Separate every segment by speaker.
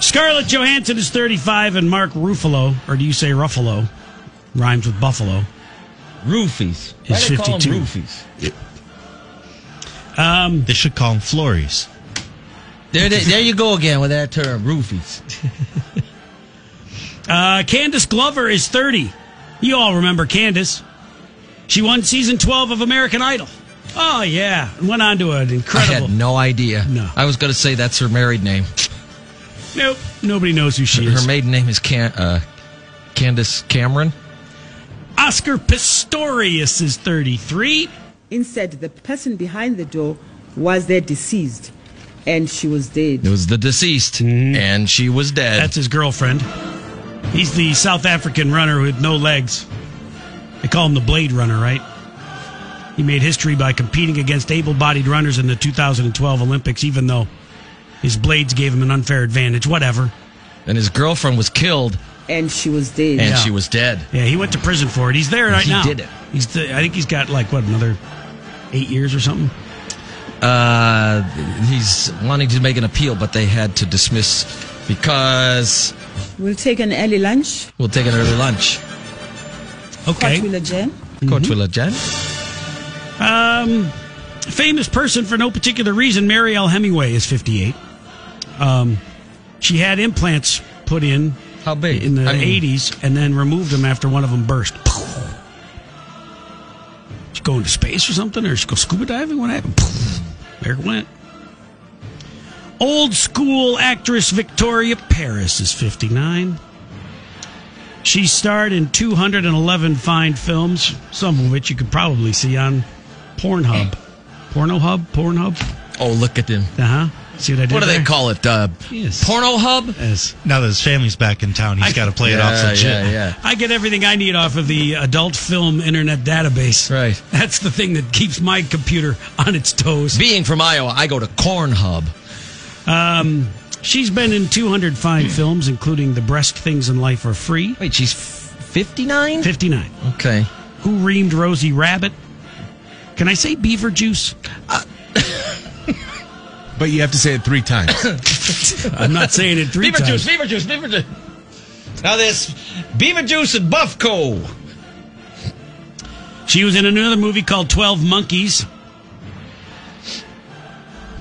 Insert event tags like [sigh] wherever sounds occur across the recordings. Speaker 1: Scarlett Johansson is 35, and Mark Ruffalo, or do you say Ruffalo? Rhymes with Buffalo.
Speaker 2: Roofies.
Speaker 1: It's
Speaker 2: Why they call 'em
Speaker 1: 52.
Speaker 2: Roofies.
Speaker 1: Um,
Speaker 3: They should call them Flories.
Speaker 2: There, there, there you go again with that term, roofies.
Speaker 1: Uh, Candace Glover is 30. You all remember Candace. She won season 12 of American Idol. Oh, yeah. And went on to an
Speaker 2: I
Speaker 1: incredible.
Speaker 2: had no idea.
Speaker 1: No.
Speaker 2: I was going to say that's her married name.
Speaker 1: nope. Nobody knows who she is.
Speaker 2: Her maiden name is Can- uh, Candace Cameron.
Speaker 1: Oscar Pistorius is 33.
Speaker 4: Instead, the person behind the door was there deceased, and she was dead.
Speaker 2: It was the deceased, and she was dead.
Speaker 1: Mm-hmm. That's his girlfriend. He's the South African runner with no legs. They call him the Blade Runner, right? He made history by competing against able bodied runners in the 2012 Olympics, even though his blades gave him an unfair advantage. Whatever.
Speaker 2: and his girlfriend was killed,
Speaker 4: and she was dead.
Speaker 2: and
Speaker 1: Yeah.
Speaker 2: she was dead.
Speaker 1: Yeah, he went to prison for it. He's there right
Speaker 2: He
Speaker 1: now.
Speaker 2: did it.
Speaker 1: He's the, I think he's got like what another eight years or something.
Speaker 2: Uh, he's wanting to make an appeal, but they had to dismiss because
Speaker 4: We'll take an early lunch.
Speaker 2: we'll take an early lunch.
Speaker 4: Court will adjourn.
Speaker 2: Court
Speaker 1: Mm-hmm.
Speaker 2: will adjourn.
Speaker 1: Um, famous person for no particular reason, Marielle Hemingway is 58. Um, she had implants put in
Speaker 2: How big?
Speaker 1: in the
Speaker 2: I mean,
Speaker 1: 80s and then removed them after one of them burst. She go into space or something, or she go scuba diving? What happened? There it went. Old school actress Victoria Paris is 59. She starred in 211 fine films, some of which you could probably see on Pornhub. Pornohub? Pornhub?
Speaker 2: Oh, look at them.
Speaker 1: Uh huh. See what I did
Speaker 2: What do they
Speaker 1: there?
Speaker 2: call it? Uh,
Speaker 1: Yes.
Speaker 2: Porno hub?
Speaker 1: Yes.
Speaker 3: Now that his family's back in town, he's got to play it off legit.
Speaker 2: yeah, yeah.
Speaker 1: I get everything I need off of the adult film internet database.
Speaker 2: Right.
Speaker 1: That's the thing that keeps my computer on its toes.
Speaker 2: Being from Iowa, I go to Corn Hub.
Speaker 1: Um, she's been in 200 fine films, including The Breast Things in Life Are Free,
Speaker 2: Wait, she's 59?
Speaker 1: 59.
Speaker 2: Okay.
Speaker 1: Who Reamed Rosie Rabbit? Can I say Beaver Juice?
Speaker 5: Uh, [laughs] But you have to say it three times.
Speaker 1: [laughs] I'm not saying it three
Speaker 2: Beaver
Speaker 1: times.
Speaker 2: juice, beaver juice, beaver juice. Now this beaver juice and Buffco.
Speaker 1: She was in another movie called 12 Monkeys.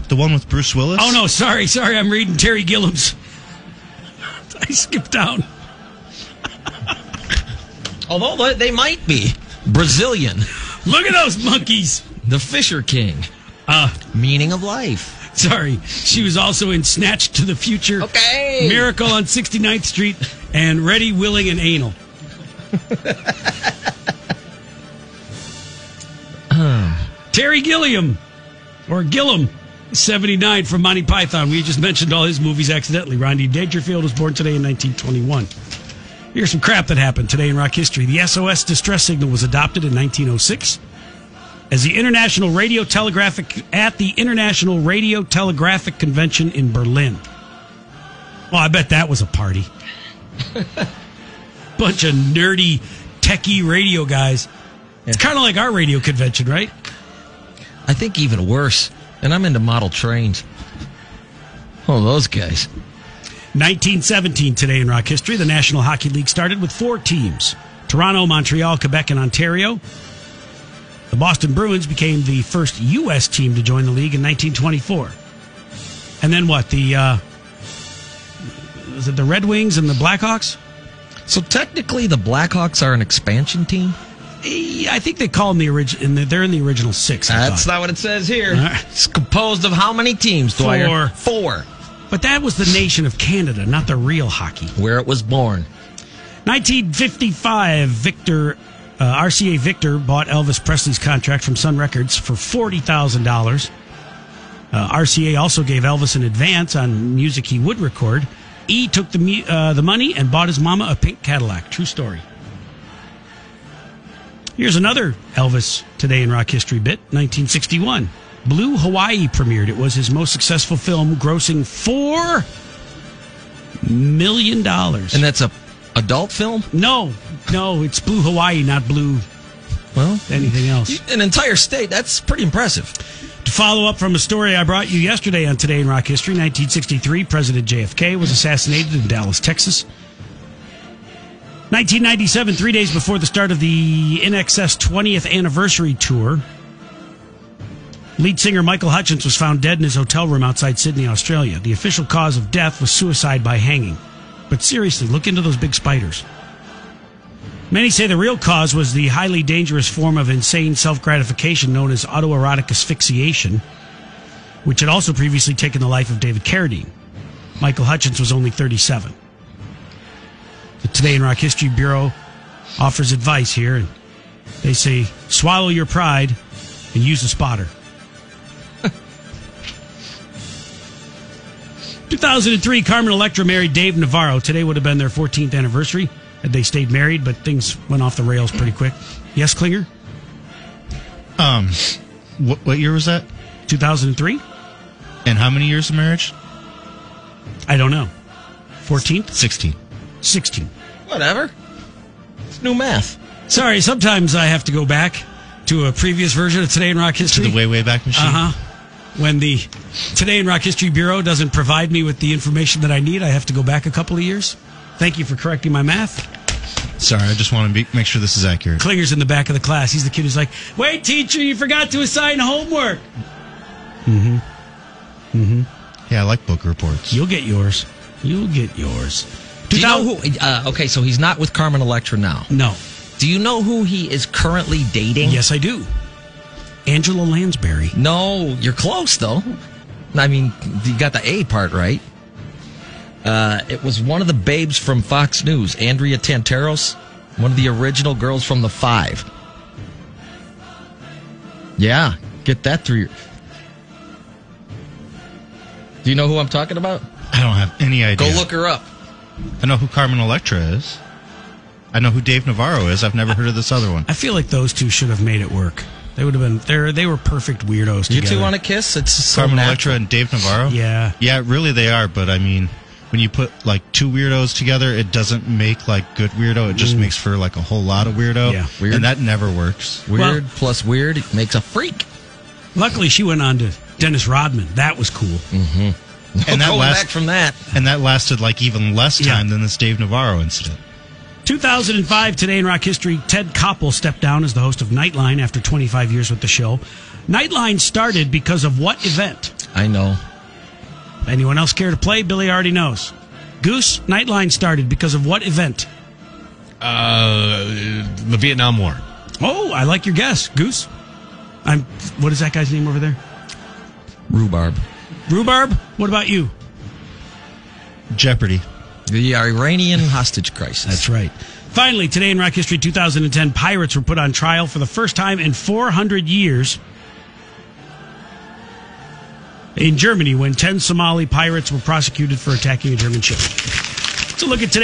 Speaker 3: The one with Bruce Willis?
Speaker 1: Oh, no, sorry, sorry, I'm reading Terry Gilliam's. [laughs] I skipped down.
Speaker 2: Although they- they might be Brazilian,
Speaker 1: Look at those monkeys!
Speaker 2: the Fisher King. Ah.
Speaker 1: Uh,
Speaker 2: Meaning of life.
Speaker 1: Sorry. She was also in Snatched to the Future.
Speaker 2: Okay.
Speaker 1: Miracle on 69th Street and Ready, Willing, and Anal. Terry Gilliam, or Gillum, 79 from Monty Python. We just mentioned all his movies accidentally. Rodney Dangerfield was born today in 1921. Here's some crap that happened today in rock history. The SOS distress signal was adopted in 1906 as the International Radio Telegraphic at the International Radio Telegraphic Convention in Berlin. Well, Oh, I bet that was a party. Bunch of nerdy, techie radio guys. It's kind of like our radio convention, right?
Speaker 2: I think even worse. And I'm into model trains. Oh, those guys.
Speaker 1: 1917 today in rock history, the National Hockey League started with four teams Toronto, Montreal, Quebec, and Ontario. The Boston Bruins became the first U.S. team to join the league in 1924. And then what? The, uh, was it the Red Wings and the Blackhawks?
Speaker 2: So technically, the Blackhawks are an expansion team.
Speaker 1: Eh, I think they call them the original, they're in the original six. I
Speaker 2: That's
Speaker 1: thought.
Speaker 2: not what it says here.
Speaker 1: All right.
Speaker 2: It's composed of how many teams? Dwyer?
Speaker 1: Four.
Speaker 2: Four.
Speaker 1: but that was the nation of Canada, not the real hockey.
Speaker 2: Where it was born.
Speaker 1: 1955, Victor uh, RCA Victor bought Elvis Presley's contract from Sun Records for forty thousand dollars. uh, RCA also gave Elvis an advance on music he would record. E took the mu- uh, the money and bought his mama a pink Cadillac. True story. Here's another Elvis today in rock history bit. 1961, Blue Hawaii premiered. It was his most successful film, grossing four million dollars.
Speaker 2: And that's a adult film?
Speaker 1: No, no, it's Blue Hawaii, not Blue
Speaker 2: Well,
Speaker 1: anything else.
Speaker 2: an entire state. That's pretty impressive.
Speaker 1: To follow up from a story I brought you yesterday on Today in Rock History, 1963, President JFK was assassinated in Dallas, Texas. 1997, three days before the start of the NXS 20th anniversary tour, lead singer Michael Hutchins was found dead in his hotel room outside Sydney, Australia. The official cause of death was suicide by hanging. But seriously, look into those big spiders. Many say the real cause was the highly dangerous form of insane self gratification known as autoerotic asphyxiation, which had also previously taken the life of David Carradine. Michael Hutchins was only 37. The Today in Rock History Bureau offers advice here, and they say swallow your pride and use a spotter. 2003, Carmen Electra married Dave Navarro. Today would have been their 14th anniversary had they stayed married, but things went off the rails pretty quick. Yes, Klinger?
Speaker 3: Um, what, what year was that?
Speaker 1: 2003?
Speaker 3: And how many years of marriage?
Speaker 1: I don't know. 14th?
Speaker 3: 16.
Speaker 1: 16.
Speaker 2: Whatever. It's new math.
Speaker 1: Sorry, sometimes I have to go back to a previous version of Today in Rock
Speaker 3: To
Speaker 1: History.
Speaker 3: the way, way back machine.
Speaker 2: Uh-huh.
Speaker 1: Uh huh. When the Today in Rock History Bureau doesn't provide me with the information that I need, I have to go back a couple of years. Thank you for correcting my math.
Speaker 3: Sorry, I just want to be, make sure this is accurate.
Speaker 1: Klinger's in the back of the class. He's the kid who's like, "Wait, teacher, you forgot to assign homework."
Speaker 3: Yeah, I like book reports.
Speaker 1: You'll get yours. You'll get yours.
Speaker 2: Do you
Speaker 1: 2000
Speaker 2: know who? Uh, okay, so he's not with Carmen Electra now.
Speaker 1: No.
Speaker 2: Do you know who he is currently dating?
Speaker 1: Yes, I do. Angela Lansbury.
Speaker 2: No, you're close though. I mean, you got the A part right. Uh, it was one of the babes from Fox News, Andrea Tantaros, one of the original girls from the Five. Yeah, get that through. Your... Do you know who I'm talking about?
Speaker 3: I don't have any
Speaker 2: Go
Speaker 3: idea.
Speaker 2: look her up.
Speaker 3: I know who Carmen Electra is. I know who Dave Navarro is. I've never heard of this other one.
Speaker 1: I feel like those two should have made it work. They would have been there. They were perfect weirdos.
Speaker 2: You
Speaker 1: together.
Speaker 2: two want to kiss? It's so
Speaker 3: Carmen
Speaker 2: natural.
Speaker 3: Electra and Dave Navarro?
Speaker 1: Yeah.
Speaker 3: Yeah, really they are, but I mean, when you put like two weirdos together, it doesn't make like good weirdo. It just makes for like a whole lot of weirdo.
Speaker 1: Yeah.
Speaker 2: Weird.
Speaker 3: And that never works.
Speaker 2: Weird
Speaker 1: Well-
Speaker 2: plus weird makes a freak.
Speaker 1: Luckily, she went on to Dennis Rodman. That was cool.
Speaker 2: Mm. [laughs]
Speaker 3: And that
Speaker 2: Going
Speaker 3: last-
Speaker 2: back from that.
Speaker 3: And that lasted like even less
Speaker 1: Yeah.
Speaker 3: time than this Dave Navarro incident.
Speaker 1: 2005, today in rock history, Ted Koppel stepped down as the host of Nightline after 25 years with the show. Nightline started because of what event?
Speaker 2: I know.
Speaker 1: Anyone else care to play? Billy already knows. Goose, Nightline started because of what event?
Speaker 5: Uh, the Vietnam War.
Speaker 1: Oh, I like your guess, Goose. I'm. What is that guy's name over there?
Speaker 2: Rhubarb.
Speaker 1: Rhubarb. What about you?
Speaker 3: Jeopardy.
Speaker 2: The Iranian hostage crisis.
Speaker 1: right. Finally, today in rock history 2010, pirates were put on trial for the first time in 400 years in Germany when 10 Somali pirates were prosecuted for attacking a German ship. So look at today.